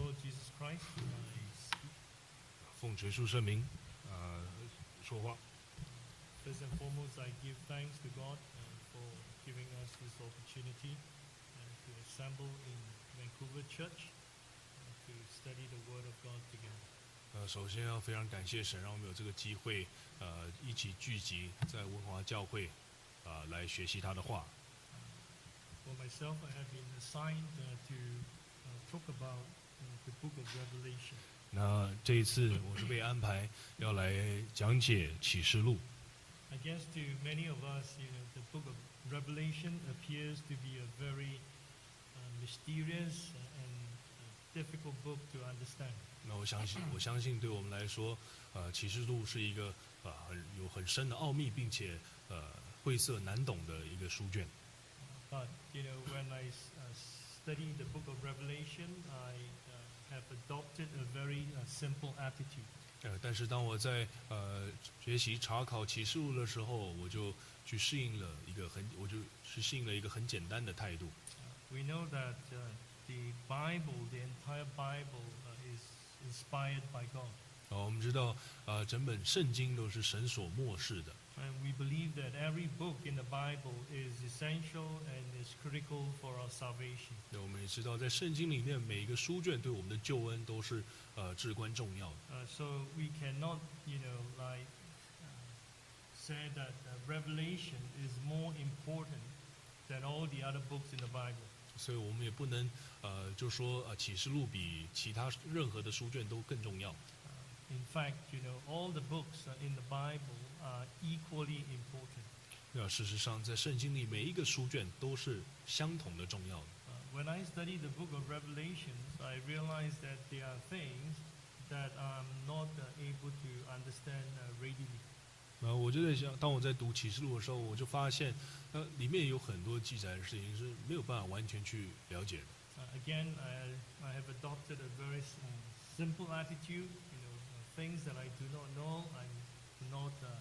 Christ, I 奉主耶稣圣名，呃，说话。 First and foremost, I give thanks to God uh, for giving us this opportunity uh, to assemble in Vancouver Church uh, to study the Word of God together. 呃，首先要非常感谢神，让我们有这个机会，呃，一起聚集在文华教会，呃，来学习他的话。 For myself, I have been assigned uh, to uh, talk about uh, the book of Revelation. 那这一次我是被安排要来讲解启示录。 I guess to many of us, you know, the book of Revelation appears to be a very uh, mysterious and uh, difficult book to understand. 那我相 信，我相信对我们来说，呃，启示录是一个呃很有很深的奥秘，并且呃晦涩难懂的一个书卷。 But you know, when I s- uh, study the Book of Revelation, I uh, have adopted a very uh, simple attitude. 呃，但是当我在呃学习查考启示录的时候，我就去适应了一个很，我就去适应了一个很简单的态度。Uh, We know that uh, the Bible, the entire Bible, uh, is inspired by God, 啊、我们知道，呃，整本圣经都是神所漠视的。 and we believe that every book in the Bible is essential and is critical for our salvation. 那我们也知道，在圣经里面每一个书卷对我们的救恩都是呃至关重要的。 Uh, so we cannot, you know, like uh, say that uh, Revelation is more important than all the other books in the Bible. 所以我们也不能呃就说呃启示录比其他任何的书卷都更重要。 In fact, you know, all the books uh, in the Bible are equally important. 那事实上，在圣经里每一个书卷都是相同的重要的。 Uh, when I study the book of Revelations, I realize that there are things that I'm not uh, able to understand uh, readily. 然后我就在想，当我在读启示录的时候，我就发现，呃，里面有很多记载的事情是没有办法完全去了解的。 Uh, again, I, I have adopted a very s- uh, simple attitude. You know, uh, things that I do not know, I do not, uh,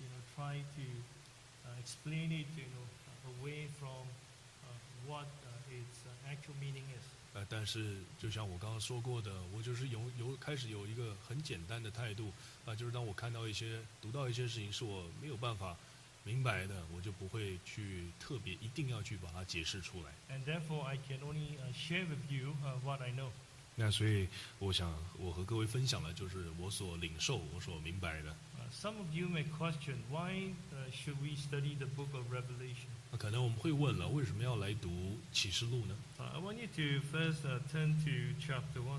you know, try to uh, explain it, you know, uh, away from uh, what uh, its uh, actual meaning is. 呃，但是就像我刚刚说过的，我就是有有开始有一个很简单的态度，啊、就是当我看到一些读到一些事情是我没有办法明白的，我就不会去特别一定要去把它解释出来。 And therefore, I can only uh, share with you uh, what I know. 那所以，我想我和各位分享的就是我所领受、我所明白的。 Uh, some of you may question why uh, should we study the book of Revelation? 那可能我们会问了，为什么要来读启示录呢？ Uh, I want you to first uh, turn to chapter 1.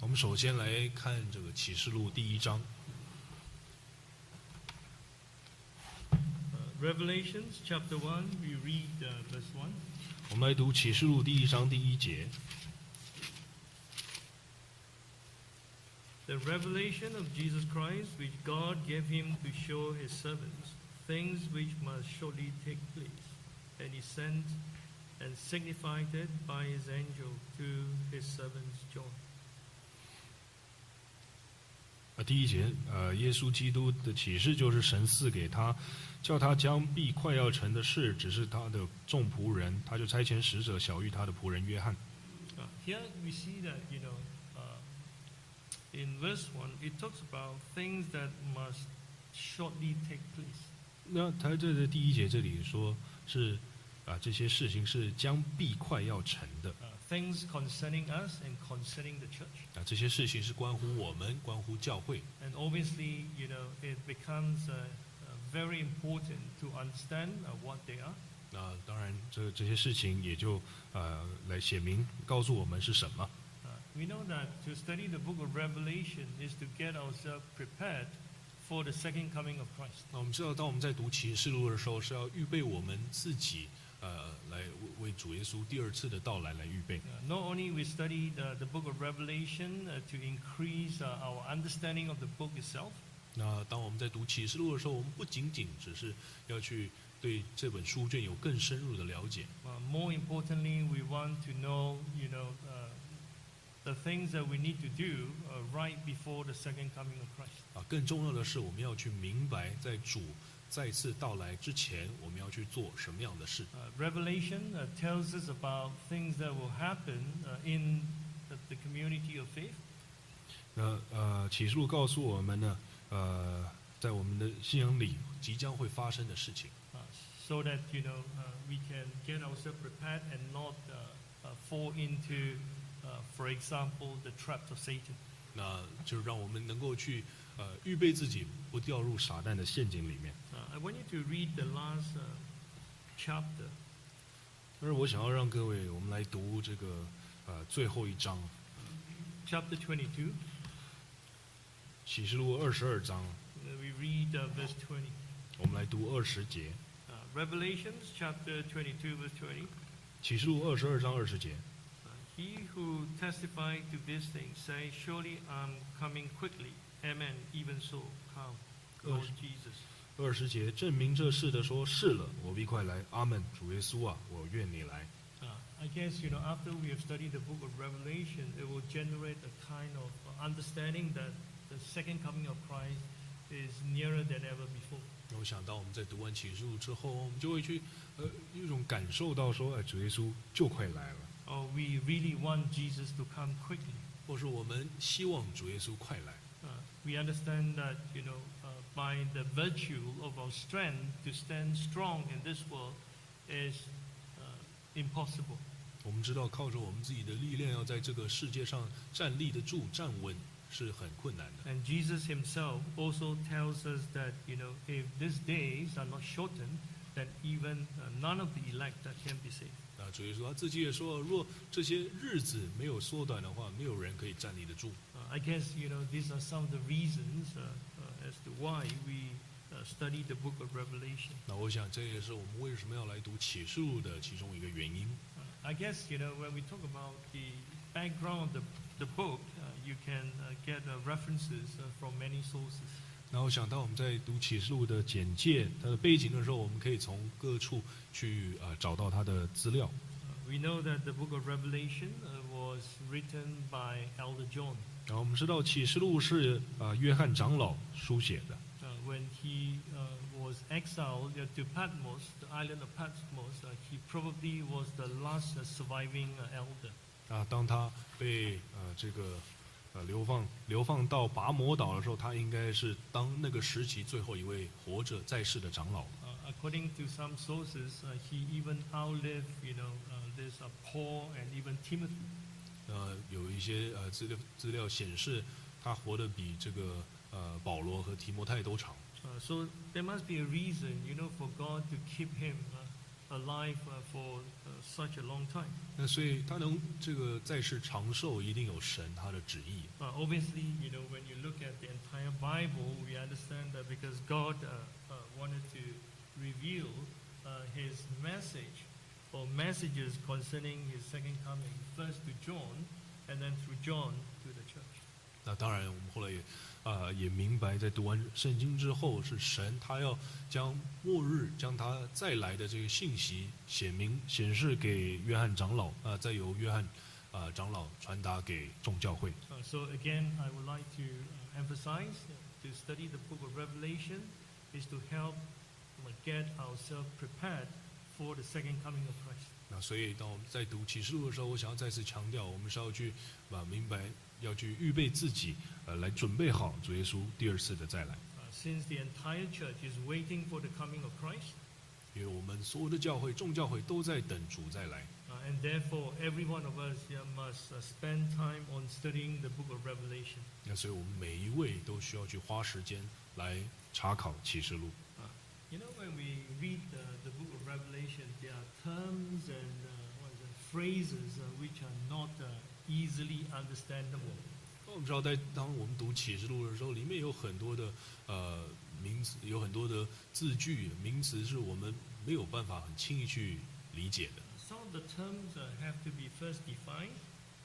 我们首先来看这个启示录第一章， Uh, Revelations chapter 1, we read uh, verse 1. 我们来读启示录第一章第一节。 The revelation of Jesus Christ, which God gave him to show his servants things which must shortly take place. And he sent and signified it by his angel to his servants John. 啊，第一节，呃，耶稣基督的启示就是神赐给他，叫他将必快要成的事指示他的众仆人，他就差遣使者小谕他的仆人约翰。 Uh, Here we see that, you know, uh, in verse 1, it talks about things that must shortly take place. 那他这个第一节这里说是啊、这些事情是将必快要成的啊、 Uh, things concerning us and concerning the church. 啊这些事情是关乎我们，关乎教会。 And obviously, you know, it becomes uh, uh, very important to understand uh, what they are. 那、啊当然这这些事情也就呃来写明告诉我们是什么。 Uh, we know that to study the book of Revelation is to get ourselves prepared for the second coming of Christ. 那我们知道，当我们在读启示录的时候，是要预备我们自己，呃，来为为主耶稣第二次的到来来预备。 Uh, not only we study the, the book of Revelation uh, to increase uh, our understanding of the book itself, 那当我们在读启示录的时候，我们不仅仅只是要去对这本书卷有更深入的了解， uh, more importantly, we want to know, you know, uh, the things that we need to do uh, right before the second coming of Christ. 啊，更重要的是，我们要去明白，在主再次到来之前，我们要去做什么样的事。 Uh, Revelation uh, tells us about things that will happen uh, in the, the community of faith. 那呃，启示录告诉我们呢，呃，在我们的信仰里即将会发生的事情， uh, so that you know uh, we can get ourselves prepared and not uh, uh, fall into, uh, for example, the traps of Satan. 那就是让我们能够去呃预备自己，不掉入傻蛋的陷阱里面。 Uh, I want you to read the last uh, chapter. 但是我想要让各位，我们来读这个呃最后一章， chapter 22. 启示录二十二章， Uh, We read uh, verse 20. 我们来读二十节， Uh, Revelations chapter 22, verse 20. Uh, 启示录二十二章二十节。 he who testified to these things says, Surely I'm coming quickly. Amen. Even so, come, Lord Yes. Jesus. 二十节证明这事的说：“是了，我必快来。阿门，主耶稣啊，我愿你来。 Uh, I guess, you know, after we have studied the book of Revelation, it will generate a kind of uh, understanding that the second coming of Christ is nearer than ever before. ”那我想到我们在读完启示录之后，我们就会去呃有一种感受到说：“哎，主耶稣就快来了。 Or we really want Jesus to come quickly. ”或是我们希望主耶稣快来。 Uh, we understand that, you know, uh, by the virtue of our strength to stand strong in this world is uh, impossible. 我们知道靠着我们自己的力量，要在这个世界上站立得住、站稳是很困难的。 And Jesus himself also tells us that, you know, if these days are not shortened, then even uh, none of the elect that can be saved. 那主耶稣他啊自己也说：“若这些日子没有缩短的话，没有人可以站立得住。” Uh, I guess, you know, these are some of the reasons uh, uh, as to why we uh, study the book of Revelation. 那我想这也是我们为什么要来读启示录的其中一个原因。 Uh, I guess, you know, when we talk about the background of the, the book, uh, you can uh, get uh, references uh, from many sources. 然后想到我们在读启示录的简介、它的背景的时候，我们可以从各处去呃找到它的资料。 Uh, we know that the book of Revelation uh, was written by Elder John 然后我们知道启示录是呃约翰长老书写的。 uh, when he uh, was exiled uh, to Patmos, the island of Patmos. Uh, he probably was the last uh, surviving uh, elder. 啊，当他被呃这个呃流放流放到拔摩岛的时候，他应该是当那个时期最后一位活着在世的长老。 Uh, according to some sources, uh, he even outlived, you know, uh, this uh, Paul and even Timothy. 呃，有一些呃资料资料显示，他活得比这个呃保罗和提摩太都长。 Uh, so there must be a reason, you know, for God to keep him uh, alive uh, for uh, such a long time. 那所以他能这个在世长寿，一定有神他的旨意。 Uh, obviously, you know, when you look at the entire Bible, we understand that because God uh, uh, wanted to reveal uh, his message or messages concerning his second coming, first to John, and then through John to the church. 那当然，我们后来也呃也明白，在读完圣经之后，是神他要将末日将他再来的这个信息显明显示给约翰长老，呃，再由约翰呃长老传达给众教会。 Uh, so again, I would like to uh, emphasize uh, to study the book of Revelation is to help uh, get ourselves prepared for the second coming of Christ. 那所以，当我们在读启示录的时候，我想要再次强调，我们是要去啊明白，要去预备自己，呃，来准备好主耶稣第二次的再来。 Uh, since the entire church is waiting for the coming of Christ, 因为我们所有的教会、众教会都在等主再来， uh, and therefore every one of us yeah, must uh, spend time on studying the book of Revelation. 那所以我们每一位都需要去花时间来查考启示录。 You know, when we read uh, the book of Revelation, there are terms and uh, what is it, phrases uh, which are not uh, easily understandable. 那我们知道，在当我们读启示录的时候，里面有很多的呃名词，有很多的字句、名词是我们没有办法很轻易去理解的。 Some of the terms uh, have to be first defined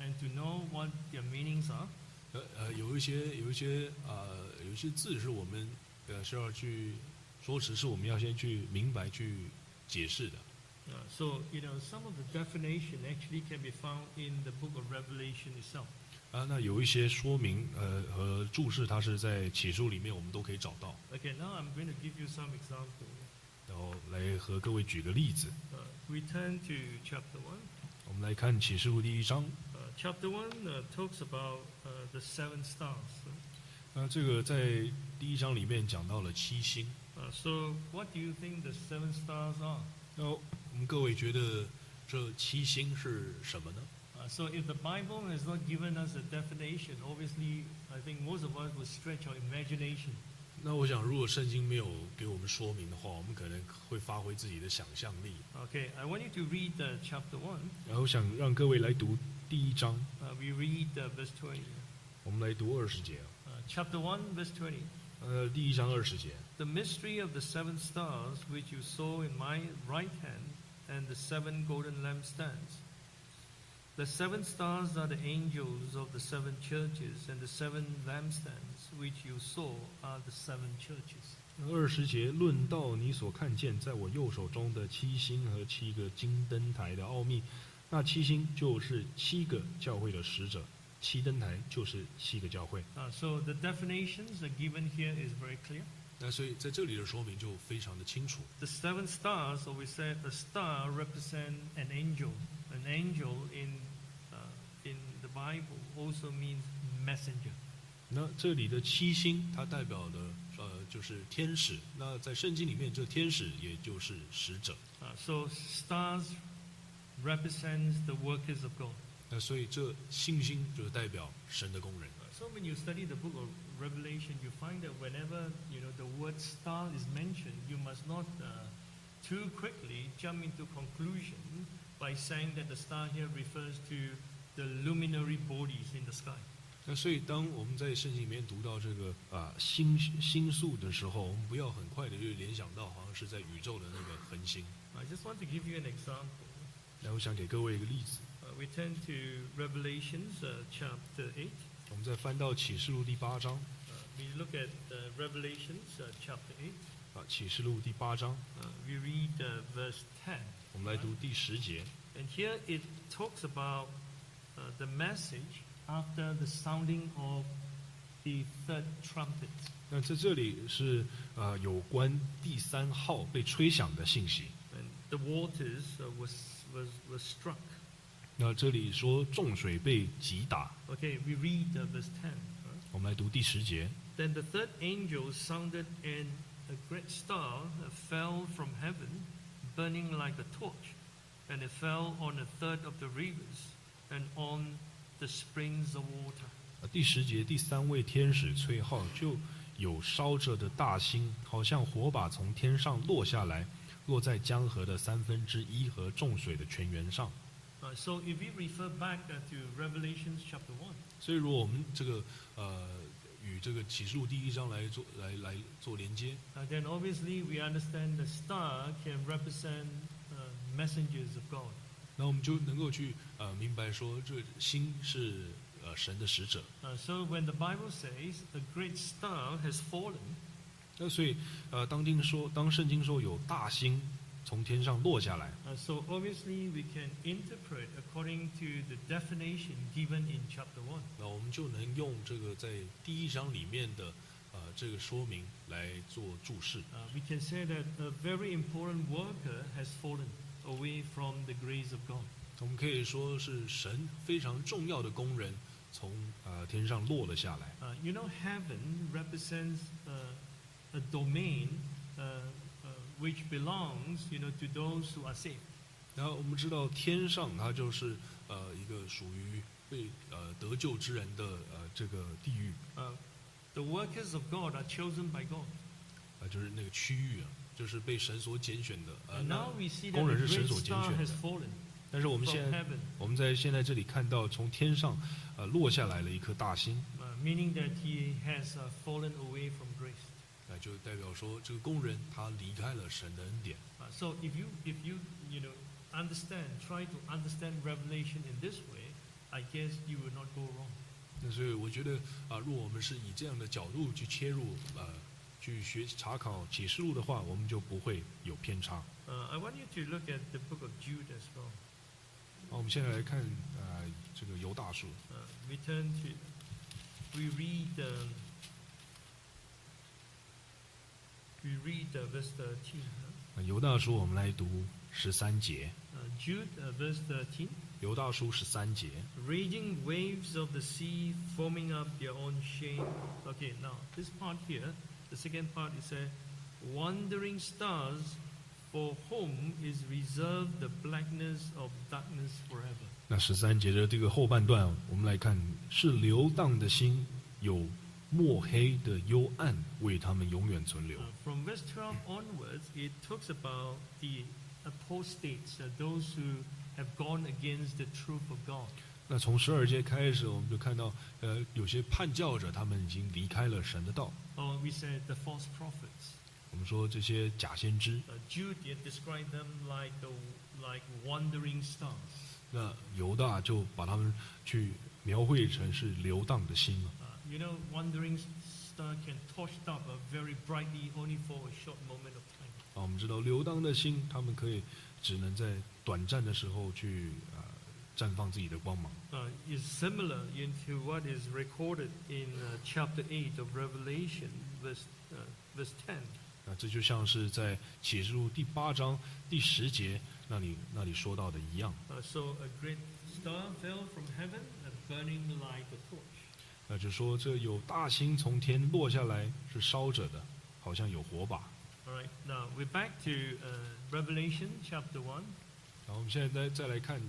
and to know what their meanings are. 呃呃，有一些有一些呃有一些字是我们呃需要去说实，是我们要先去明白去解释的。 Uh, so, you know, some of the definition actually can be found in the book of Revelation itself. 啊，那有一些说明呃和注释，它是在启示录里面我们都可以找到。 Okay, now I'm going to give you some example. 然后来和各位举个例子， Uh, we turn to chapter 1. 我们来看启示录第一章， Uh, Chapter 1 uh, talks about uh, the seven stars. 那这个在第一章里面讲到了七星。 Uh, so, what do you think the seven stars are? 那我们各位觉得这七星是什么呢？ Uh, so, if the Bible has not given us a definition, obviously, I think most of us will stretch our imagination. 那我想，如果圣经没有给我们说明的话，我们可能会发挥自己的想象力。 Okay, I want you to read uh, chapter 1. 然后想让各位来读第一章， Uh, we read uh, verse 20. 我们来读二十节。啊 Uh, chapter 1, verse 20. 呃，第一章二十节， The mystery of the seven stars which you saw in my right hand, and the seven golden lampstands. The seven stars are the angels of the seven churches, and the seven lampstands which you saw are the seven churches. 二十节论到你所看见在我右手中的七星和七个金灯台的奥秘。那七星就是七个教会的使者，七灯台就是七个教会。 Uh, so the definitions are given here is very clear. 那所以在这里的说明就非常的清楚。 The seven stars, or we said a star represent an angel. An angel in uh, in the Bible also means messenger. 那这里的七星，它代表的呃就是天使。那在圣经里面，这天使也就是使者。 Uh, so stars represents the workers of God. 那所以这信心就是代表神的工人。 So when you study the book of Revelation, you find that whenever you know the word star is mentioned, you must not uh, too quickly jump into conclusion by saying that the star here refers to the luminary bodies in the sky. 那所以当我们在圣经里面读到这个啊星星宿的时候，我们不要很快的就联想到好像是在宇宙的那个恒星。 I just want to give you an example. 那我想给各位一个例子， Uh, we turn to Revelations uh, chapter 8. 我们再翻到启示录第八章 Uh, we look at uh, Revelations uh, chapter 8. 啊，启示录第八章， Uh, we read uh, verse 10. 我们来读第十节。 And here it talks about uh, the message after the sounding of the third trumpet. 那在这里是啊有关第三号被吹响的信息。 And the waters uh, was, was, was struck. 那这里说重水被击打， Okay, we read uh, verse 10. right? 我们来读第十节。 Then the third angel sounded, and a great star uh, fell from heaven, burning like a torch. And it fell on a third of the rivers and on the springs of water. 啊第十节，第三位天使吹号，就有烧着的大星，好像火把从天上落下来，落在江河的三分之一和重水的泉源上。 Uh, so if we refer back uh, to Revelation chapter 1, 所以，如果我们这个呃与这个启示录第一章来做来来做连接， Uh, then obviously we understand the star can represent uh, messengers of God. 那我们就能够去呃明白说，这星是呃神的使者。 Uh, so when the Bible says a great star has fallen, 那所以，呃，当经说，当圣经说有大星从天上落下来， uh, so obviously we can interpret according to the definition given in chapter 1. 那我们就能用这个在第一章里面的呃这个说明来做注释。 Uh, we can say that a very important worker has fallen away from the grace of God. 我们可以说是神非常重要的工人从呃天上落了下来。 Uh, you know, heaven represents uh, a domain uh, uh, which belongs, you know, to those who are saved. 然后我们知道天上它就是呃一个属于被呃得救之人的呃这个地狱， Uh, the workers of God are chosen by God. 呃就是那个区域啊，就是被神所拣选的。呃， And 那 now we see that 工 the 人是 great 神所拣 star 选 has 的。 fallen 但是我们 from 现在 heaven, 我们在现在这里看到从天上呃落下来了一颗大星。 uh, meaning that he has uh, fallen away from grace. 那就代表说，这个工人他离开了神的恩典。 Uh, so if you, if you, you know, understand, try to understand Revelation in this way, I guess you will not go wrong. 那所以我觉得啊，如果我们是以这样的角度去切入，呃，去学习查考启示录的话，我们就不会有偏差。 Uh, I want you to look at the book of Jude as well. 那我们现在来看，呃，这个犹大书， Uh, we turn to, we read, um, we read uh, verse 13. huh? 呃犹大书我们来读十三节， Uh, Jude uh, verse 13. 犹大书十三节， Raging waves of the sea foaming up their own shame. Okay, now this part here, the second part is a wandering stars for whom is reserved the blackness of darkness forever. 那十三节的这个后半段，我们来看是流荡的心，有墨黑的幽暗为他们永远存留 Uh,。from verse 12 onwards, it talks about the apostates, uh, those who have gone against the truth of God. 那从十二节开始，我们就看到，呃，有些叛教者他们已经离开了神的道。 Or Uh, we said the false prophets. 我们说这些假先知， Uh, Jude had described them like, the, like wandering stars. 那犹大就把他们去描绘成是流荡的心了。 Uh, you know, wandering star can torch up uh, very brightly only for a short moment of time. 啊，我们知道流荡的心，他们可以只能在短暂的时候去啊、呃、绽放自己的光芒。 Uh, is similar in to what is recorded in uh, chapter 8 of Revelation, verse, uh, verse 10. 那这就像是在启示录第八章第十节那里那里说到的一样， Uh, so a great star fell from heaven, uh, burning like a torch. 那就说这有大星从天落下来，是烧着的，好像有火把。 All right, now we're back to uh, Revelation chapter 1. 然后我们现在再再来看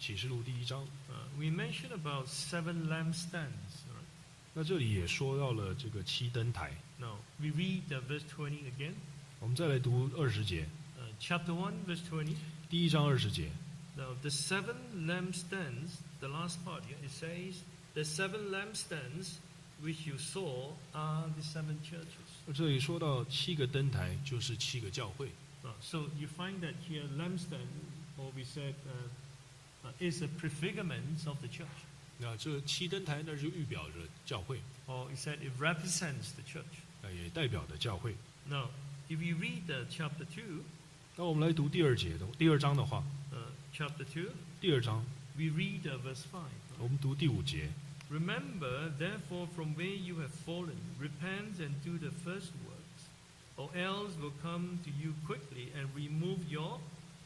启示录第一章， Uh, we mentioned about seven lampstands. All right. 那这里也说到了这个七灯台。 Now we read uh, verse 20 again. 我们再来读二十节， Uh, chapter 1, verse 20. 第一章二十节。 Now the seven lampstands, the last part here, it says, the seven lampstands which you saw are the seven churches. 那这里说到七个灯台，就是七个教会。 Uh, so you find that here lampstand, or we said, uh, uh, is a prefigurement of the church, 那这七灯台那就预表着教会， or it said it represents the church. 那也代表着教会。 Now, if you read uh, chapter 2, 那我们来读第二节的第二章的话， uh, chapter 2, 第二章 we read uh, verse 5. 我们读第五节。 Remember, therefore, from where you have fallen, repent and do the first works, or else will come to you quickly and remove your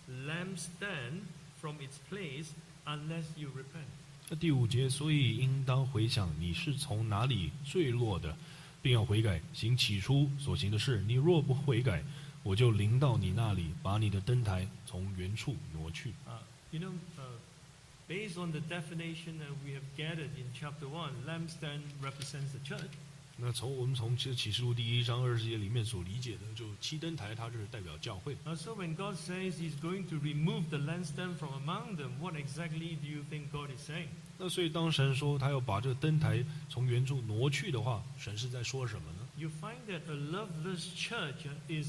lampstand from its place unless you repent. 那第五节，所以应当回想你是从哪里坠落的，并要悔改，行起初所行的事。你若不悔改，我就临到你那里，把你的灯台从原处挪去。 Uh, you know, uh, based on the definition that we have gathered in chapter 1, lampstand represents the church. 那从我们从这启示录第一章二十节里面所理解的，就七灯台，它就是代表教会。 Uh, so when God says He's going to remove the lampstand from among them, what exactly do you think God is saying? 那所以当神说他要把这灯台从原处挪去的话，神是在说什么呢？ you find that a loveless church uh, is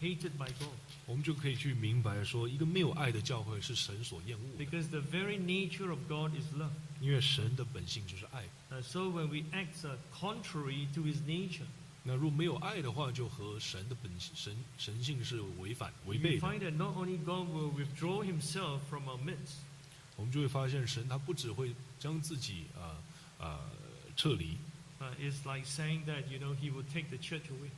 hated by God 我们就可以去明白说，一个没有爱的教会是神所厌恶的， because the very nature of God is love. 因为神的本性就是爱。 Uh, so when we act uh, contrary to his nature, 那若没有爱的话，就和神的本性神神性是违反违背 you 的。 find that not only God will withdraw himself from our midst, 我们就会发现，神他不只会将自己啊啊、呃撤离， uh, it's like saying that you know he will take the church away.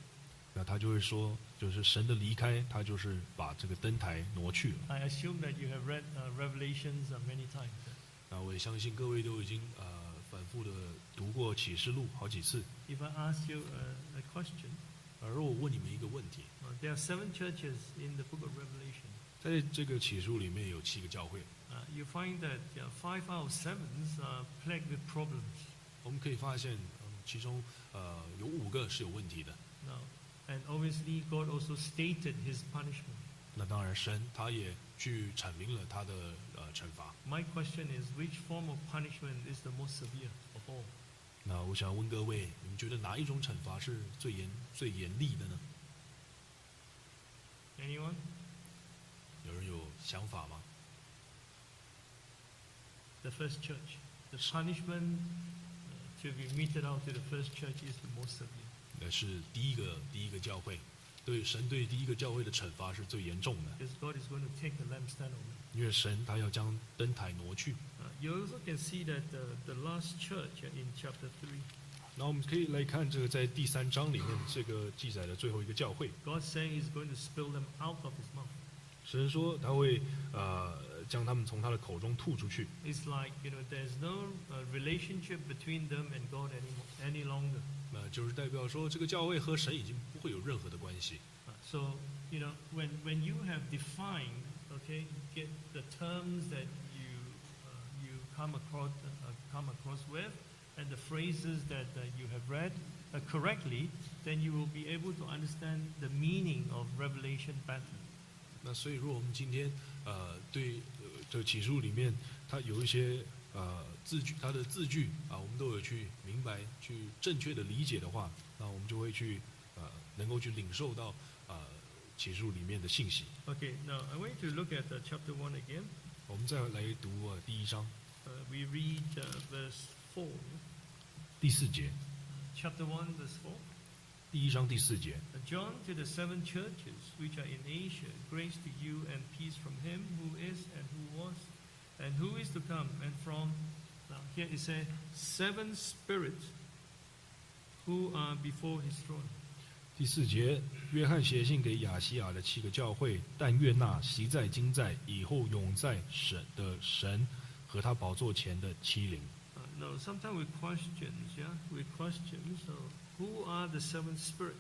那他就会说，就是神的离开，他就是把这个灯台挪去了。 I assume that you have read uh, Revelations uh, many times. 那我也相信各位都已经呃反复的读过启示录好几次。 If I ask you uh, a question, 而我问你们一个问题， uh, there are seven churches in the book of Revelation. 在这个启示录里面有七个教会， Uh, you find that uh, five out of sevens are plagued with problems. 我们可以发现，嗯，其中呃有五个是有问题的。 No. And obviously, God also stated his punishment. 那当然，神他也去阐明了他的呃惩罚。 My question is which form of punishment is the most severe of all? 那我想问各位，你们觉得哪一种惩罚是最严最严厉的呢？ Anyone? 有人有想法吗？ The first church. The punishment uh, to be meted out to the first church is the most severe. 那是第一个第一个教会，对神对第一个教会的惩罚是最严重的， Because God is going to take the lampstand away. 因为神他要将灯台挪去。 Uh, you also can see that uh, the last church uh, in chapter 3, 那我们可以来看这个在第三章里面这个记载的最后一个教会， God saying he's going to spill them out of his mouth. 神说他会呃将他们从他的口中吐出去。 It's like, you know, there's no uh, relationship between them and God anymore, any longer. 呃，就是代表说，这个教会和神已经不会有任何的关系。 Uh, So, you know, when, when you have defined, okay, get the terms that you, uh, you come across, uh, come across with and the phrases that uh, you have read uh, correctly, then you will be able to understand the meaning of revelation better. 那所以，如果我们今天呃对呃这启示录里面，它有一些呃字句，它的字句啊、我们都有去明白、去正确的理解的话，那我们就会去呃能够去领受到呃启示录里面的信息。 Okay, now I want you to look at uh, chapter 1 again. 我们再来读呃第一章 Uh, we read uh, verse 4. 第四节， Chapter 1, verse 4. 第一章第四节。 Uh, John to the seven churches which are in Asia, grace to you and peace from him who is and who was and who is to come, and from, now here it says, seven spirits who are before his throne. 第四节，约翰写信给亚细亚的七个教会，但悦纳习在今在以后永在神的神和他宝座前的七灵。 Uh, no, sometimes we questions, yeah? We question, so who are the seven spirits?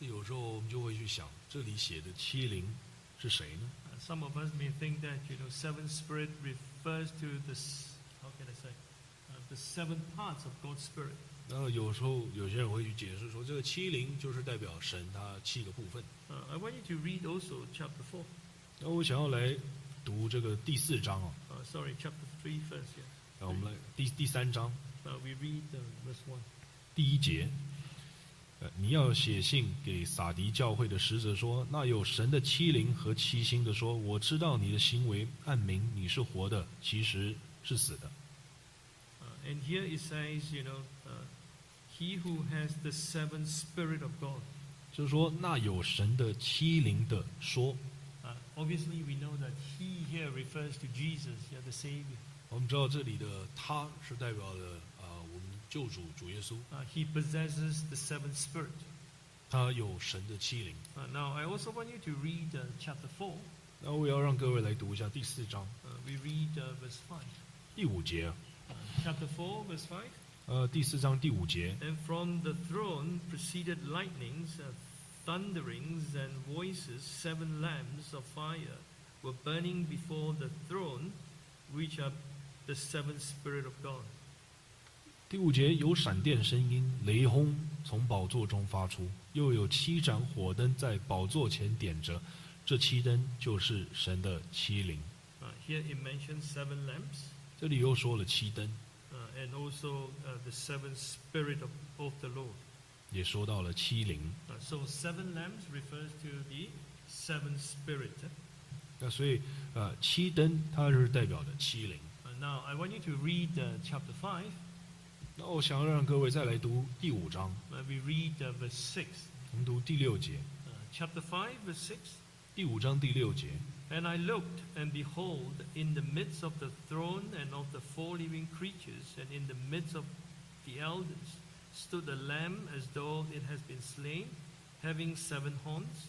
有时候我们就会去想，这里写的七灵是谁呢？ Uh, some of us may think that you know seven spirit refers to this how can I say uh, the seven parts of God's spirit. 那有时候有些人会去解释说，这个七灵就是代表神他七个部分。 Uh, I want you to read also chapter four. 那我想要来读这个第四章哦， Uh, sorry, chapter three first. Yeah. 那我们来第第三章 Uh, we read uh, verse one. 第一节。呃，你要写信给撒迪教会的使者说，那有神的七灵和七星的说，我知道你的行为，按名你是活的，其实是死的。 Uh, and here it says you know uh, he who has the seven spirit of God. 就是说，那有神的七灵的说， Uh, obviously, we know that he here refers to Jesus, yeah, the Savior. 我们知道这里的他是代表了啊、呃我们救主主耶稣， Uh, he possesses the seven spirit. 他有神的欺凌。 Uh, now, I also want you to read uh, chapter four. 那我也要让各位来读一下第四章 Uh, we read uh, verse 5. 第五节，啊 Uh, chapter 4, verse 5. 呃，第四章第五节， And from the throne proceeded lightnings, uh, thunderings, and voices. Seven lamps of fire were burning before the throne, which are the seven Spirit of God. 第五节有闪电声音、雷轰从宝座中发出，又有七盏火灯在宝座前点着，这七灯就是神的欺凌。 Uh, here it mentions seven lamps 这里又说了七灯， uh, and also uh, the seven Spirit of, of the Lord. 也说到了欺凌。 Uh, so, seven lamps refers to the seven Spirit. Uh, 那所以，呃，七灯它就是代表的欺凌。 Uh, now, I want you to read uh, chapter 5. 那我想要让各位再来读第五章， Uh, we read uh, verse 6. 我们读第六节， Uh, chapter 5, verse 6. 第五章第六节。 And I looked, and behold, in the midst of the throne and of the four living creatures, and in the midst of the elders, stood a lamb as though it has been slain, having seven horns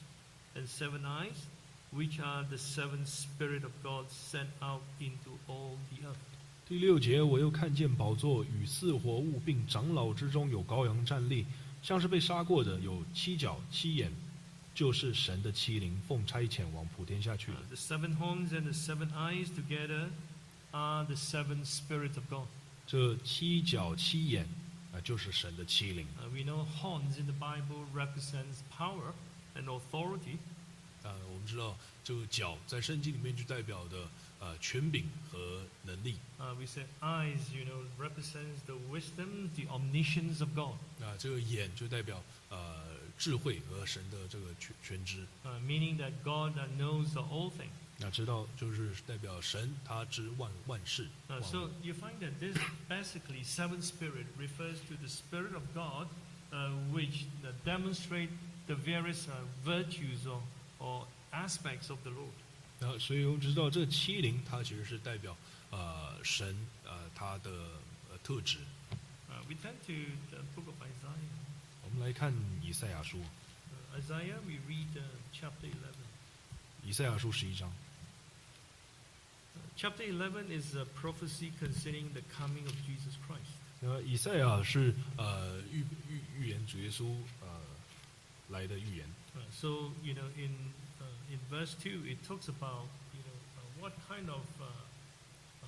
and seven eyes, which are the seven Spirit of God sent out into all the earth. 第六节，我又看见宝座与四活物并长老之中有羔羊站立，像是被杀过的，有七角七眼，就是神的七灵，奉差遣往普天下去 Uh, 了。 the seven horns and the seven eyes together are the seven Spirit of God. 这七角七眼啊、就是神的七灵 Uh, we know horns in the Bible represents power and authority. 啊、我们知道这个角在圣经里面就代表的呃权柄和能力 Uh, we say eyes, you know, represents the wisdom, the omniscience of God, 啊、这个眼就代表呃智慧和神的这个全全知。 uh, meaning that God uh, knows the whole thing. 那知道就是代表神他知万万事 Uh, 万物 so you find that this basically seven spirit refers to the spirit of God, uh, which uh, demonstrate the various uh, virtues or, or aspects of the Lord. 那啊所以我们知道，这七灵它其实是代表呃神呃他的呃特质。 Uh, we turn to the book of Isaiah. 我们来看以赛亚书， Uh, Isaiah, we read uh, chapter 11. 以赛亚书十一章， Uh, Chapter 11 is a prophecy concerning the coming of Jesus Christ. 呃，以赛亚是呃预预预言主耶稣呃来的预言。 Uh, so, you know, in, uh, in verse 2, it talks about, you know, uh, what kind of uh, uh,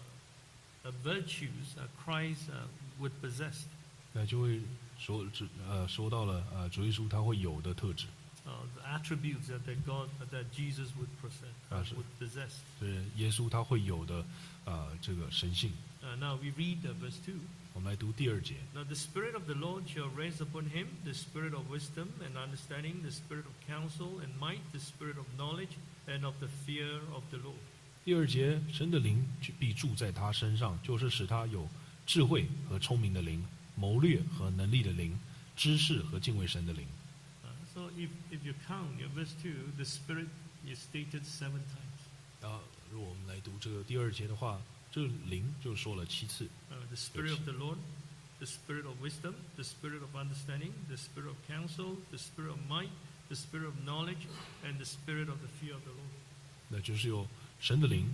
uh, virtues uh, Christ uh, would possess. 那就会说指呃说到了呃主耶稣他会有的特质， Uh, the attributes that, that God, uh, that Jesus would possess, uh, Ah, sure. would possess. 是耶稣他会有的呃这个神性。 Uh, now we read uh, verse 2. 我们来读第二节， Now the Spirit of the Lord shall raise upon him the spirit of wisdom and understanding, the spirit of counsel and might, the spirit of knowledge and of the fear of the Lord. 第二节，神的灵必住在他身上，就是使他有智慧和聪明的灵，谋略和能力的灵，知识和敬畏神的灵。 Uh, so if, if you count in verse 2, the Spirit is stated seven times. 然后，如果我们来读这个第二节的话，这个灵就说了七次， Uh, the Spirit of the Lord, the Spirit of wisdom, the Spirit of understanding, the Spirit of counsel, the Spirit of might, the Spirit of knowledge, and the Spirit of the fear of the Lord. 那就是有神的灵，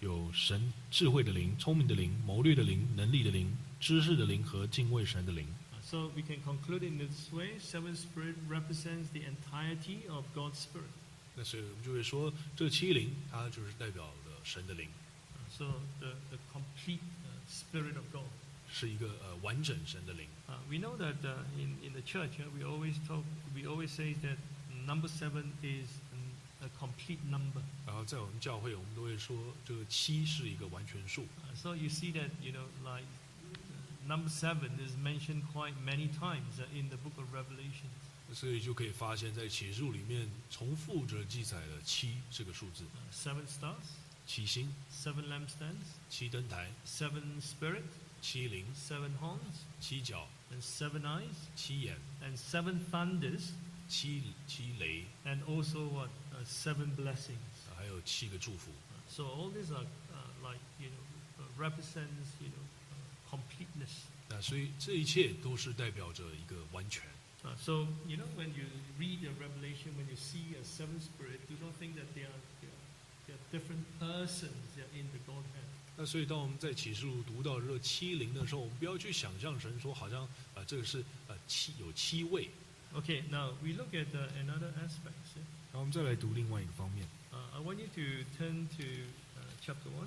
有神智慧的灵、聪明的灵、谋略的灵、能力的灵、知识的灵和敬畏神的灵。 Uh, So we can conclude in this way, seven spirit represents the entirety of God's spirit. 那所以我们就会说，这七灵它就是代表了神的灵，Uh, So the, the complete uh, Spirit of God. 是一个呃完整神的灵。 Uh, we know that uh, in, in the church, uh, we always talk, we always say that number seven is mm, a complete number. 然后在我们教会，我们都会说这个七是一个完全数。 Uh, so you see that, you know, like uh, number seven is mentioned quite many times uh, in the book of Revelation. 所以就可以发现，在启示录里面重复着记载了七这个数字： Uh, seven stars, 七星、 seven lampstands, 七灯台、 seven spirit, 七灵、 seven horns, 七角、 and seven eyes, 七眼、 and seven thunders, 七七雷， and also what? Uh, seven blessings. 还有七个祝福。 So all these are uh, like you know uh, represents you know uh, completeness. 那所以这一切都是代表着一个完全。 Uh, so you know when you read the Revelation, when you see a seven spirit, do not think that they are they are, they are different persons they are in the Godhead. 那所以当我们在启示录读到这七灵的时候，我们不要去想象神说好像呃这个是呃七有七位。 Okay, now we look at uh, another aspect. yeah. 然后我们再来读另外一个方面。 Uh, I want you to turn to uh, chapter one.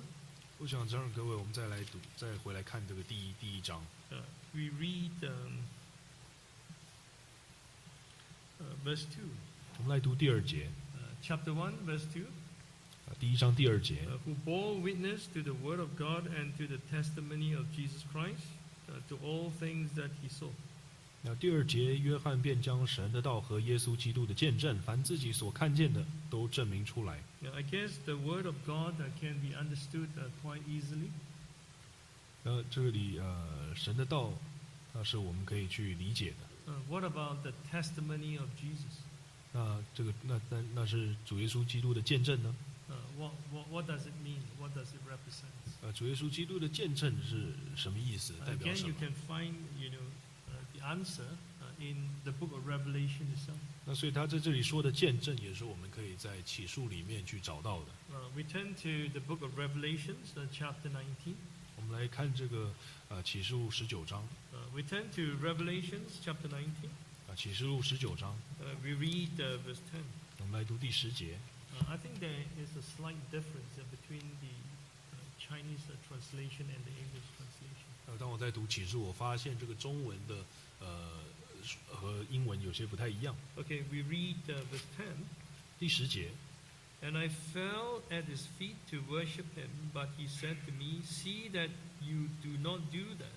我想这样，各位，我们再来读，再回来看这个第一第一章。 Uh, we read um, uh, verse two, 我们来读第二节， uh, chapter one, verse two. 啊，第一章第二节 Uh,。who bore witness to the word of God and to the testimony of Jesus Christ, uh, to all things that he saw. 那第二节，约翰便将神的道和耶稣基督的见证，凡自己所看见的，都证明出来。 Now, I guess the word of God uh, can be understood uh, quite easily. 那这里呃，神的道，那是我们可以去理解的。 Uh, what about the testimony of Jesus? 那这个，那那那是主耶稣基督的见证呢？ Uh, what, what, what does it mean? What does it represent? 呃，主耶稣基督的见证是什么意思？代 Uh, 表 again, 什 you 么？ can find you know uh, the answer uh, in the book of Revelation itself. 那所以他在这里说的见证，也是我们可以在启述里面去找到的。 Uh, we turn to the book of Revelations, uh, chapter 19. 我们来看这个呃启示录十九章 Uh, we turn to Revelations, chapter 19. 啊，启示录十九章， Uh, we read uh, verse 10. 我们来读第十节。 Uh, I think there is a slight difference uh, between the uh, Chinese uh, translation and the English translation. 呃，当我在读启示，我发现这个中文的呃和英文有些不太一样。 Okay, we read uh, verse 10. 第十节， And I fell at his feet to worship him, but he said to me, See that you do not do that.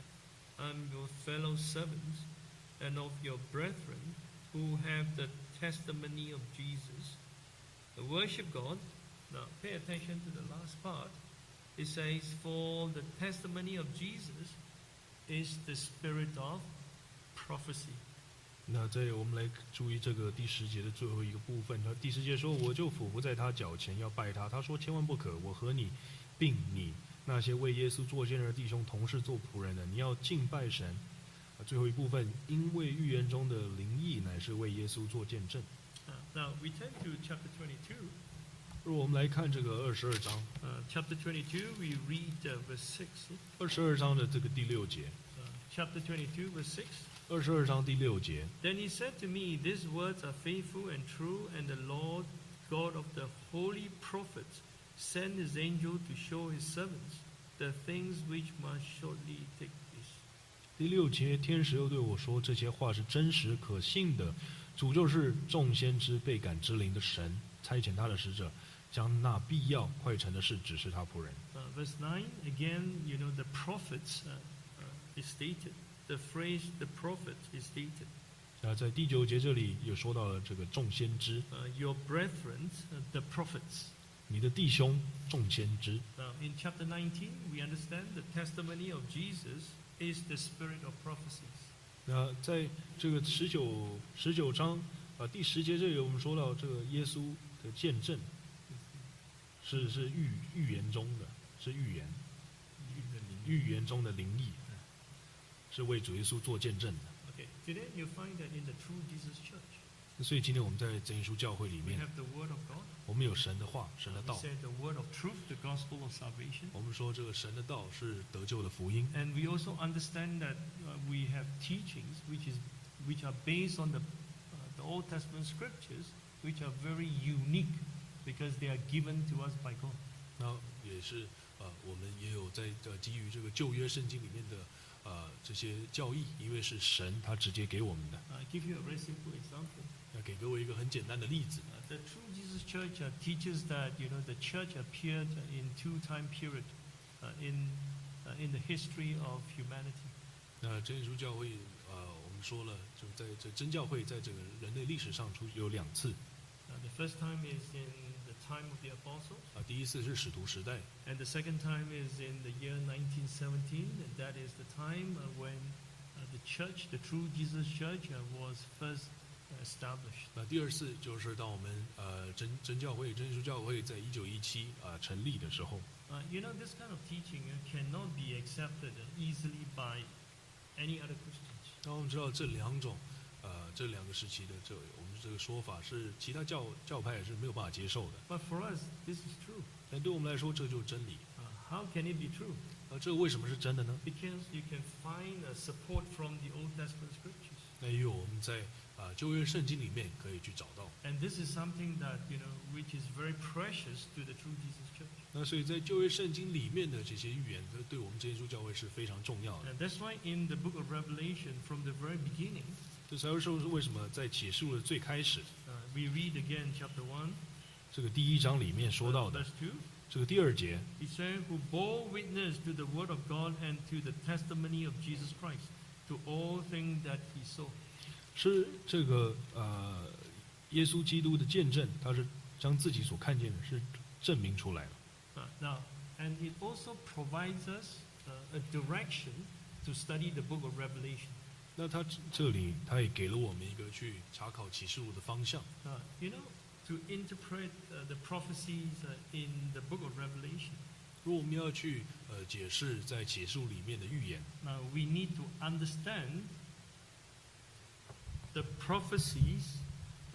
I'm your fellow servants and of your brethren who have the testimony of Jesus. Worship God. Now, pay attention to the last part. It says, For the testimony of Jesus is the spirit of prophecy. 那在我们来注意这个第十节的最后一个部分。他第十节说：“我就俯伏在他脚前要拜他。”他说：“千万不可，我和你，并你那些为耶稣做见证的弟兄，同是做仆人的，你要敬拜神。”啊，最后一部分，因为预言中的灵异乃是为耶稣做见证。 Uh, now, we turn to chapter 22. 如如果我们来看这个二十二章， Uh, chapter 22, we read uh, verse 6. 二十二章的这个第六节， Uh, chapter 22, verse 6. 二十二章第六节， Then he said to me, These words are faithful and true, and the Lord God of the holy prophets sent his angel to show his servants the things which must shortly take place. 第六节，天使又对我说：“这些话是真实可信的。主就是众先知被感之灵的神，差遣他的使者，将那必要快成的事指示他仆人。 Uh, verse 9, again, you know, the prophets uh, uh, is stated. The phrase the prophet is stated. ”那在第九节这里也说到了这个众先知， Uh, your brethren, uh, the prophets. 你的弟兄众先知。 Now, in chapter 19, we understand the testimony of Jesus is the spirit of prophecies. 那在这个十九十九章啊、呃第十节这里，我们说到这个耶稣的见证是是预预言中的，是预言预言中的灵异，是为主耶稣做见证的。 Okay, today you find that in the true Jesus Church, 所以今天我们在真耶稣教会里 we 面， have the Word of God. 我们有神的话、神的 We 道。 said the Word of truth, the gospel of salvation. 我们说这个神的道是得救的福音。 And we also understand that uh, we have teachings which, is, which are based on the, uh, the Old Testament scriptures, which are very unique because they are given to us by God. 那也是呃，我们也有在呃基于这个旧约圣经里面的呃这些教义，因为是神他直接给我们的。 Uh, I'll give you a very simple example. 那给各位一个很简单的例子， Uh, the true Jesus Church uh, teaches that you know the church appeared in two-time period uh, in uh, in the history of humanity. 那真耶稣教会呃，我们说了，就在这真教会在这个人类历史上出有两次 Uh, the first time is in the time of the apostles, 啊、第一次是使徒时代， and the second time is in the year 1917, and that is the time uh, when uh, the church, the true Jesus Church, uh, was first uh, established. 那第二次就是当我们呃真真教会真耶稣教会在一九一七啊成立的时候。 Uh, you know, this kind of teaching uh, cannot be accepted uh, easily by any other Christians. 那我们知道这两种，呃，这两个时期的这我们这个说法是其他教教派是没有办法接受的， But for us, this is true. 但对我们来说这就是真理。 Uh, how can it be true? 那这为什么是真的呢？ Because you can find uh, support from the Old Testament scriptures. 那因为哎我们在啊、呃旧约圣经里面可以去找到。 And this is something that, you know, which is very precious to the true Jesus church. 那所以在旧约圣经里面的这些预言，都对我们真耶稣教会是非常重要的。 And that's why in the book of Revelation, from the very beginning, 这才会是为什么在启示录的最开始 uh, we read again chapter 1, 这个第一章里面说到的 verse 2. 这个第二节， He said, Who bore witness to the word of God and to the testimony of Jesus Christ, to all things that he saw. 是这个呃，耶稣基督的见证，他是将自己所看见的是证明出来了。 Uh, now, and it also provides us uh, a direction to study the book of Revelation. 那他这里他也给了我们一个去查考启示录的方向。 Uh, you know, to interpret uh, the prophecies uh, in the book of Revelation, 如果我们要去呃解释在启示录里面的预言， uh, we need to understand the prophecies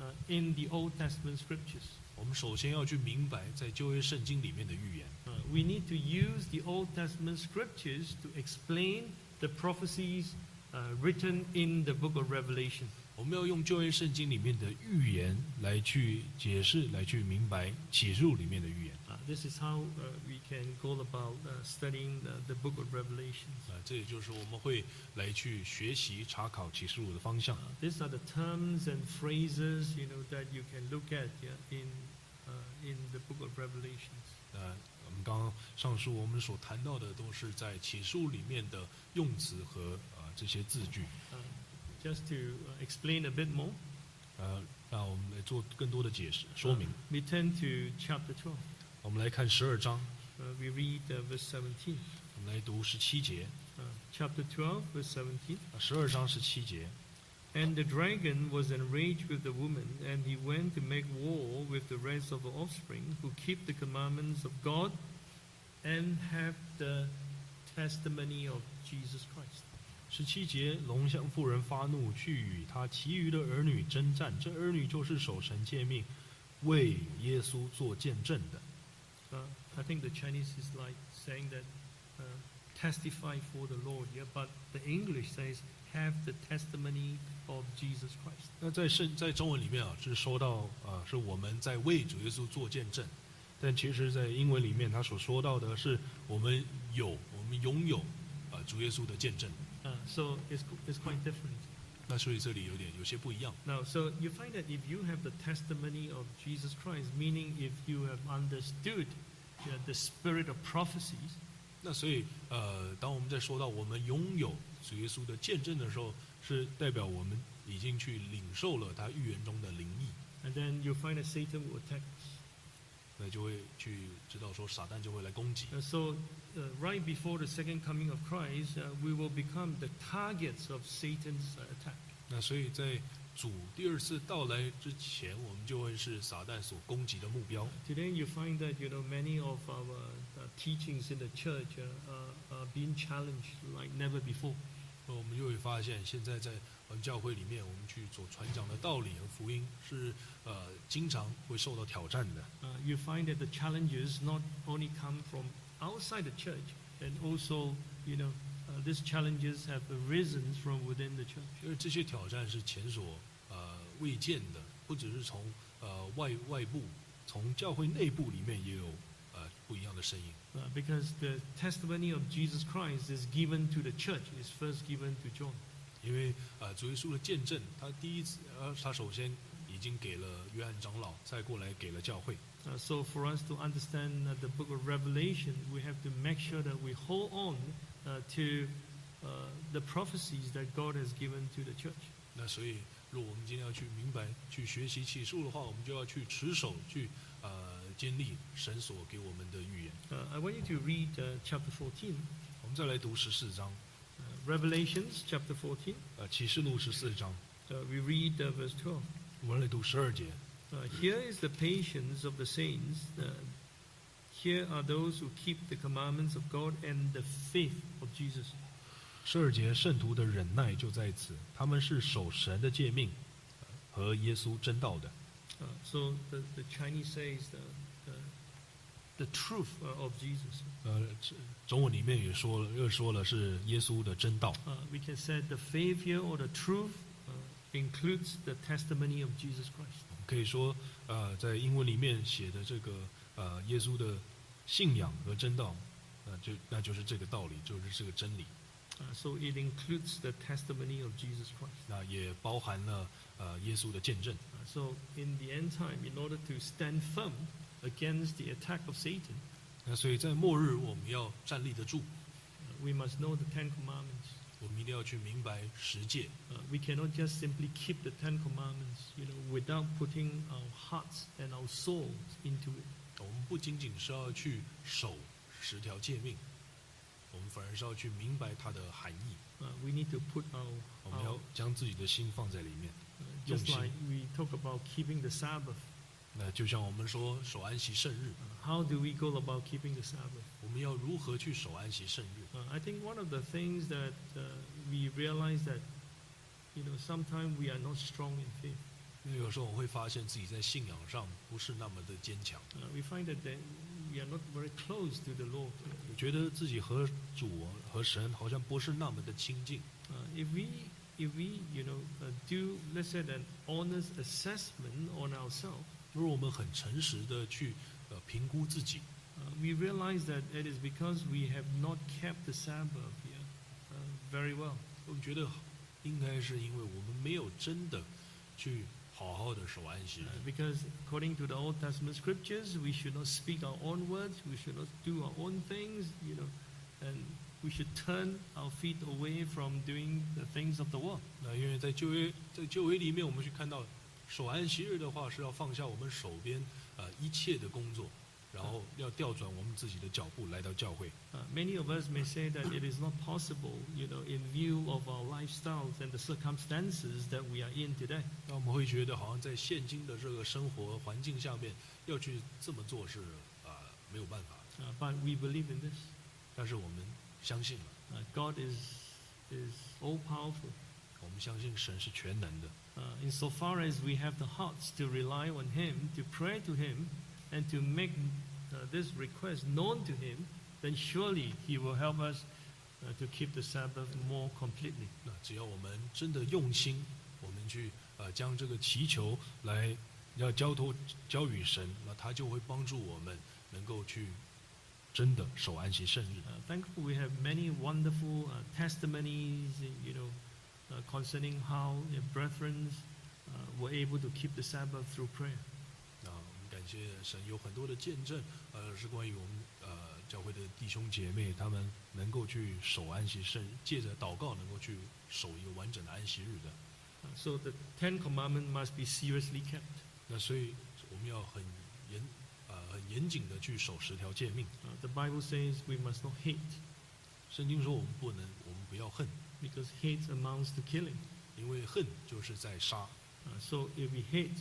uh, in the Old Testament scriptures. 我们首先要去明白在旧约圣经里面的预言。 Uh, we need to use the Old Testament scriptures to explain the prophecies uh, written in the book of Revelation. 我们要用旧约圣经里面的预言来去解释，来去明白启示录里面的预言。 Uh, this is how uh, we can go about uh, studying uh, the book of Revelation. 啊、这也就是我们会来去学习查考启示录的方向。Uh, 啊 These are the terms and phrases, you know, that you can look at yeah, in, uh, in the book of Revelations. 呃，我们刚刚上述我们所谈到的都是在启示录里面的用词和呃这些字句。 Uh, just to uh, explain a bit more, uh, 呃，那我们来做更多的解释说明。 we turn to chapter 12. 我们来看十二章， Uh, we read uh, verse 17. 我们来读十七节。啊 Uh, chapter 12, verse 17. 十二章十七节， And the dragon was enraged with the woman, and he went to make war with the rest of the offspring who keep the commandments of God and have the testimony of Jesus Christ. 十七节，龙向妇人发怒，去与他其余的儿女征战。这儿女就是守神诫命，为耶稣做见证的。 Uh, I think the Chinese is like saying that uh, testify for the Lord here, but the English says have the testimony of Jesus Christ. 那在圣在中文里面啊，是说到啊，是我们在为主耶稣做见证，但其实，在英文里面，他所说到的是我们有，我们拥有啊主耶稣的见证。 Uh, so it's, qu- it's quite different. 那所以这里有点有些不一样。 Now, so you find that if you have the testimony of Jesus Christ, meaning if you have understood uh, the spirit of prophecies, 那所以呃，当我们在说到我们拥有主耶稣的见证的时候，是代表我们已经去领受了他预言中的灵意， and then you find that Satan will attack us. 那就会去知道说撒旦就会来攻击。 Uh, so, uh, right before the second coming of Christ, uh, we will become the targets of Satan's uh, attack. 那所以在主第二次到来之前，我们就会是撒旦所攻击的目标。 Today, you find that you know many of our uh, teachings in the church uh, are, are being challenged like never before. 那我们就会发现，现在在我们教会里面，我们去所传讲的道理和福音是呃经常会受到挑战的。 Uh, you find that the challenges not only come from outside the church, and also you know uh, these challenges have arisen from within the church. 因为这些挑战是前所呃未见的，不只是从呃外外部，从教会内部里面也有呃不一样的声音。 Uh, because the testimony of Jesus Christ is given to the church, is first given to John. 因为呃主耶稣的见证，他第一次呃他首先已经给了约翰长老，再过来给了教会。 Uh, so for us to understand uh, the book of Revelation, we have to make sure that we hold on uh, to uh, the prophecies that God has given to the church. 那所以，如果我们今天要去明白、去学习启示录的话，我们就要去持守、去呃经历神所给我们的预言。 Uh, I want you to read uh, chapter 14, 我们再来读十四章， uh, Revelations chapter 14. 呃启示录十四章， Uh, we read uh, verse 12. 我们来读十二节。 Uh, here is the patience of the saints. Uh, here are those who keep the commandments of God and the faith of Jesus. 十二节圣徒的忍耐就在此，他们是守神的诫命和耶稣真道的。 Uh, so the, the Chinese says the, uh, the truth uh, of Jesus. 呃，这中文里面也说了，又说了是耶稣的真道。 Uh, we can say the faith here or the truth uh, includes the testimony of Jesus Christ. 我们可以说，呃，在英文里面写的这个呃耶稣的信仰和真道，那就那就是这个道理，就是这个真理。 Uh, so it includes the testimony of Jesus Christ. 那也包含了呃耶稣的见证。 Uh, so in the end time, in order to stand firm against the attack of Satan, 那所以在末日，我们要站立得住， uh, we must know the Ten Commandments. 我们一定要去明白实践。 Uh, we cannot just simply keep the Ten Commandments, you know, without putting our hearts and our souls into it. 我们不仅仅是要去守十条诫命，我们反而是要去明白它的含义。 Uh, we need to put 我 our, 们 our 要将自己的心放在里面。 uh, just Yongxin. like we talk about keeping the Sabbath. 那就像我们说守安息圣日， Uh, how do we go about keeping the Sabbath? 我们要如何去守安息圣日？ Uh, I think one of the things that uh, we realize that, you know, sometimes we are not strong in faith. 因为有时候我会发现自己在信仰上不是那么的坚强， Uh, we find that they, we are not very close to the Lord. 我觉得自己和主和神好像不是那么的亲近。 Uh, if we, if we, you know, uh, do let's say an honest assessment on ourselves, 如果我们很诚实的去呃评估自己， uh, we realize that it is because we have not kept the Sabbath here uh, very well. 我们觉得应该是因为我们没有真的去好好的守安息日 Uh,。Because according to the Old Testament scriptures, we should not speak our own words, we should not do our own things, you know, and we should turn our feet away from doing the things of the world. 那因为在旧约在旧约里面，我们去看到守安息日的话是要放下我们手边呃一切的工作，然后要调转我们自己的脚步来到教会。 Uh, many of us may say that it is not possible, you know, in view of our lifestyles and the circumstances that we are in today. 那我们会觉得好像在现今的这个生活环境下面，要去这么做是呃没有办法的。 Uh, but we believe in this. 但是我们相信了， Uh, God is is all powerful. 我我们相信神是全能的。 Uh, insofar as we have the hearts to rely on Him, to pray to Him, and to make uh, this request known to Him, then surely He will help us uh, to keep the Sabbath more completely. 那只要我们真的用心，我们去呃将这个祈求来要交托交与神，那他就会帮助我们能够去真的守安息圣日。 Uh, thankful we have many wonderful uh, testimonies, you know, uh, concerning how your brethren uh, were able to keep the Sabbath through prayer. 那我们感谢神有很多的见证，呃，是关于我们呃教会的弟兄姐妹，他们能够去守安息圣日，借着祷告能够去守一个完整的安息日的。 Uh, so the Ten Commandments must be seriously kept. 那所以我们要很严呃很严谨的去守十条诫命。 Uh, the Bible says we must not hate 圣经说我们不能，我们不要恨， because hate amounts to killing. 因为恨就是在杀。 Uh, so if we hate,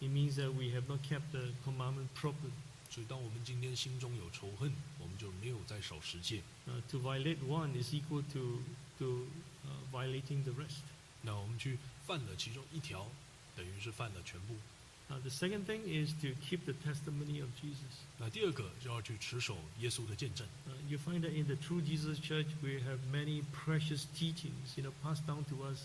it means that we have not kept the commandment properly. 所以当我们今天心中有仇恨，我们就没有在守十诫。 Uh, to violate one is equal to to uh, violating the rest. 那我们去犯了其中一条，等于是犯了全部。 Uh, the second thing is to keep the testimony of Jesus. 那第二个就要去持守耶稣的见证。 Uh, you find that in the True Jesus Church, we have many precious teachings, you know, passed down to us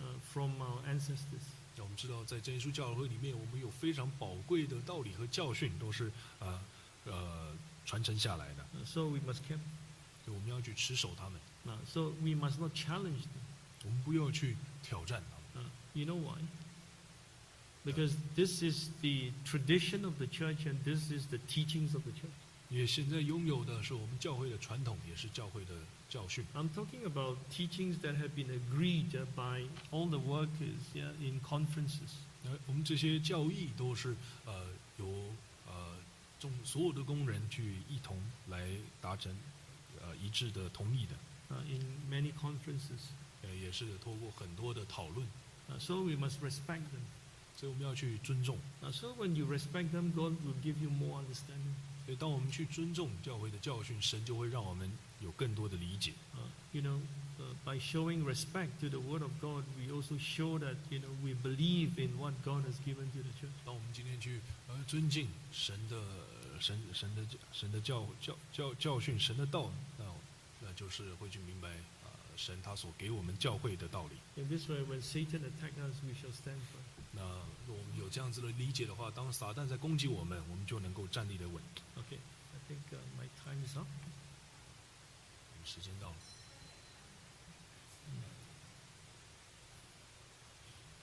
uh, from our ancestors. 那我们知道，在真耶稣教会里面，我们有非常宝贵的道理和教训，都是呃呃传承下来的， Uh, so we must keep. 所以我们要去持守他们， Uh, so we must not challenge them. 我们不要去挑战他们。 Uh, you know why? Because this is the tradition of the church, and this is the teachings of the church. 因为现在拥有的是我们教会的传统，也是教会的教训。 I'm talking about teachings that have been agreed uh, by all the workers yeah, in conferences. 那呃我们这些教义都是呃由呃众所有的工人去一同来达成呃一致的同意的， uh, in many conferences. 呃也是透过很多的讨论， Uh, so we must respect them. 所以我们要去尊重。 Uh, so when you respect them, God will give you more understanding. 所以当我们去尊重教会的教训，神就会让我们有更多的理解。 Uh, you know, uh, by showing respect to the Word of God, we also show that you know we believe in what God has given to the church. 当我们今天去呃尊敬神的呃神神的神的教教教教训，神的道，那那就是会去明白啊、呃神他所给我们教会的道理。 In this way, when Satan attacks us, we shall stand firm. 那如果我们有这样子的理解的话，当撒旦在攻击我们，我们就能够站立得稳。 Okay, I think uh, my time is up. 我们时间到了，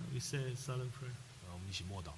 Uh, we say a silent prayer. 呃让我们一起默祷。